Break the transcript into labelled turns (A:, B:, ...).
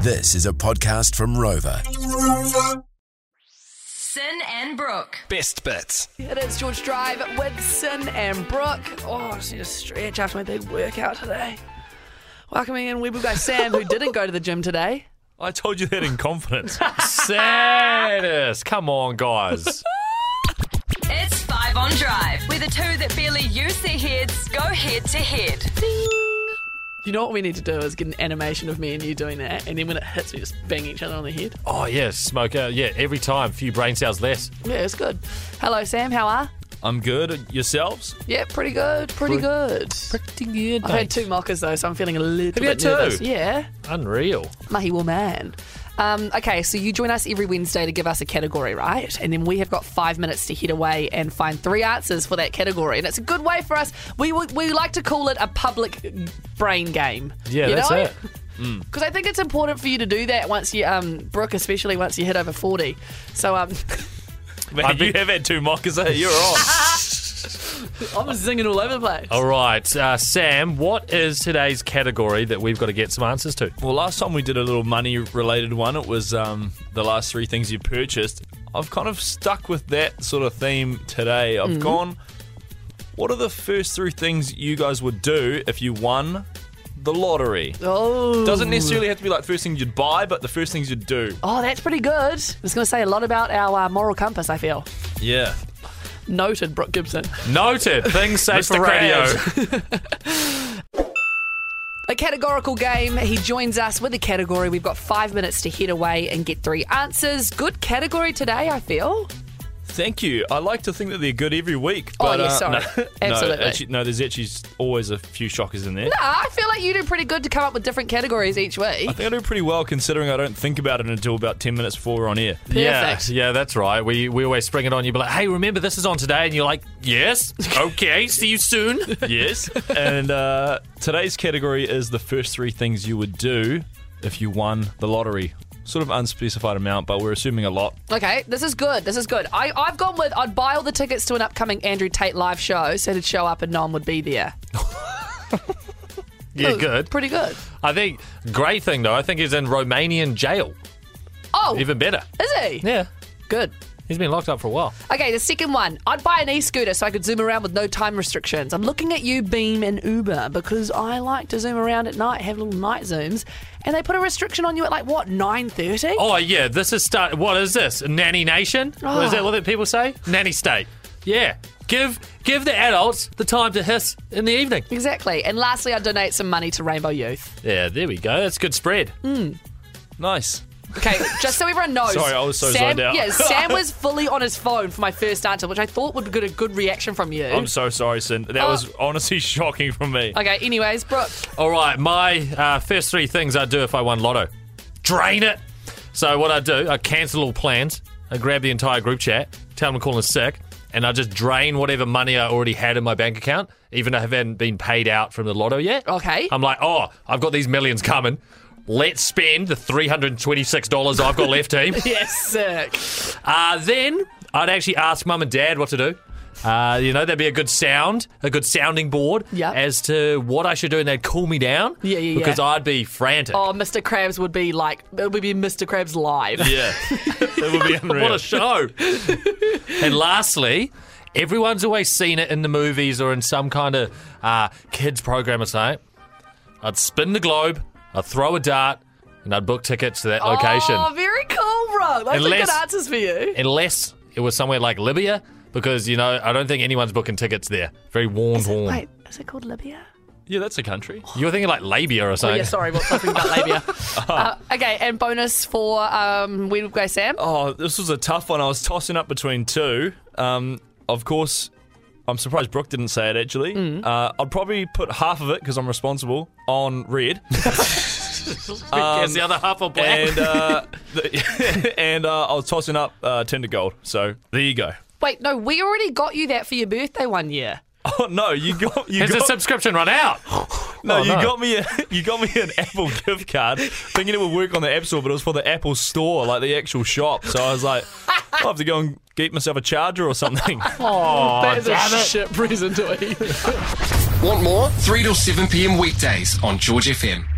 A: This is a podcast from Rover.
B: Sin and Brooke.
C: Best bits.
D: It is George Drive with Sin and Brooke. Oh, I just need to stretch after my big workout today. Welcoming in Weeble Guy Sam, who didn't go to the gym today.
C: I told you that in confidence. Saddest. Come on, guys.
B: It's Five on Drive, where the two that barely use their heads go head to head.
D: You know what we need to do is get an animation of me and you doing that, and then when it hits, we just bang each other on the head.
C: Oh yeah, smoker. Yeah, every time, few brain cells less.
D: Yeah, it's good. Hello, Sam. How are?
C: I'm good. Yourselves?
D: Yeah, pretty good. Pretty good.
C: Pretty good.
D: I've had two mockers though, so I'm feeling a little
C: Have
D: bit
C: you had two?
D: nervous. Yeah,
C: Unreal.
D: mahi will man. Um, okay, so you join us every Wednesday to give us a category, right? And then we have got five minutes to head away and find three answers for that category. And it's a good way for us. We would- we like to call it a public brain game.
C: Yeah,
D: you
C: that's
D: know?
C: it.
D: Because I think it's important for you to do that once you, um, Brooke, especially once you hit over forty. So um,
C: Man, you have had two mockers. eh? You're on.
D: I'm zinging all over the place.
C: All right, uh, Sam. What is today's category that we've got to get some answers to?
E: Well, last time we did a little money related one, it was um, the last three things you purchased. I've kind of stuck with that sort of theme today. I've
D: Mm-hmm.
E: gone, what are the first three things you guys would do if you won the lottery?
D: Oh,
E: Doesn't necessarily have to be like first thing you'd buy, but the first things you'd do.
D: oh, that's pretty good. It's going to say a lot about our uh, moral compass. I feel
E: Yeah.
D: noted, Brooke Gibson.
C: Noted. Things safe for
E: Mr.
C: radio.
E: Krabs.
D: A categorical game. He joins us with a category. We've got five minutes to head away and get three answers. Good category today, I feel.
E: Thank you. I like to think that they're good every week.
D: Oh,
E: But,
D: yeah,
E: uh,
D: sorry.
E: No,
D: Absolutely.
E: No, actually, no, there's actually always a few shockers in there.
D: Ah, I feel like you do pretty good to come up with different categories each
E: I
D: week.
E: think I do pretty well considering I don't think about it until about 10 minutes before we're on air.
D: Perfect.
C: Yeah, yeah, that's right. We we always spring it on you. Be like, hey, remember this is on today, and you're like, yes, okay, see you soon.
E: Yes. and uh, today's category is the first three things you would do if you won the lottery. Sort of unspecified amount, but we're assuming a lot.
D: Okay, this is good. This is good. I, I've gone with I'd buy all the tickets to an upcoming Andrew Tate live show so he'd show up and no one would be there.
C: Yeah,
D: Ooh,
C: good.
D: Pretty good.
C: I think great thing though. I think he's in Romanian jail.
D: Oh,
C: Even better.
D: is he?
C: Yeah,
D: Good.
C: he's been locked up for a while.
D: Okay, the second one. I'd buy an e-scooter so I could zoom around with no time restrictions. I'm looking at you, Beam and Uber, because I like to zoom around at night, have little night zooms, and they put a restriction on you at like what nine thirty?
C: Oh yeah, this is start. What is this? Nanny nation? What Is that what that people say? Nanny state. Yeah. Give give the adults the time to hiss in the evening.
D: Exactly. And lastly, I donate some money to Rainbow Youth.
C: Yeah, there we go. That's good spread.
E: Nice.
D: Okay, just so everyone knows.
E: Sorry, I was so
D: Sam,
E: zoned out.
D: Yeah, Sam was fully on his phone for my first answer, which I thought would get a good reaction from you.
E: I'm so sorry, Sin. That
C: Oh.
E: was honestly shocking for me.
D: okay, anyways, Brooke.
C: All right, my uh, first three things I'd do if I won Lotto: drain it. So what I do, I cancel all plans. I grab the entire group chat, tell them to call in sick, and I just drain whatever money I already had in my bank account, even though I haven't been paid out from the Lotto yet.
D: Okay.
C: I'm like, oh, I've got these millions coming. Let's spend the three hundred twenty-six dollars I've got left, team.
D: Yes, sick.
C: Uh, then I'd actually ask mum and dad what to do. Uh, you know, there'd be a good sound, a good sounding board
D: Yep.
C: as to what I should do, and they'd cool me down.
D: Yeah, yeah, yeah.
C: Because I'd be frantic.
D: Oh, Mr. Krabs would be like, it would be Mr. Krabs live.
E: Yeah. it would be unreal.
C: what a show! and lastly, everyone's always seen it in the movies or in some kind of uh, kids program or something. I'd spin the globe, I'd throw a dart, and I'd book tickets to that location.
D: Oh, very cool, bro. Those are good
C: Unless-
D: answers for you.
C: Unless it was somewhere like Libya, because you know I don't think anyone's booking tickets there. Very warned, warned.
D: Wait, is it called Libya?
E: yeah, that's a country.
C: You were thinking like labia or
D: Oh,
C: something.
D: yeah, sorry, we're talking about labia. uh, okay, and bonus for um, Where Would Go Sam?
E: Oh, this was a tough one. I was tossing up between two. Um, of course, I'm surprised Brooke didn't say it actually.
C: Mm.
E: Uh, I'd probably put half of it, because I'm responsible, on red.
C: Guess the other half of black.
E: and uh, the, and uh, I was tossing up uh, ten to gold. So there you go.
D: Wait, no, we already got you that for your birthday one year.
E: Oh no, you got you
C: Has the
E: got
C: subscription run out?
E: no,
C: oh,
E: you
C: no.
E: got me a, you got me an Apple gift card, thinking it would work on the App Store, but it was for the Apple Store, like the actual shop. So I was like, I'll have to go and get myself a charger or something.
D: that is a shit present to eat.
F: Want more? 3 till 7 p.m. weekdays on George FM.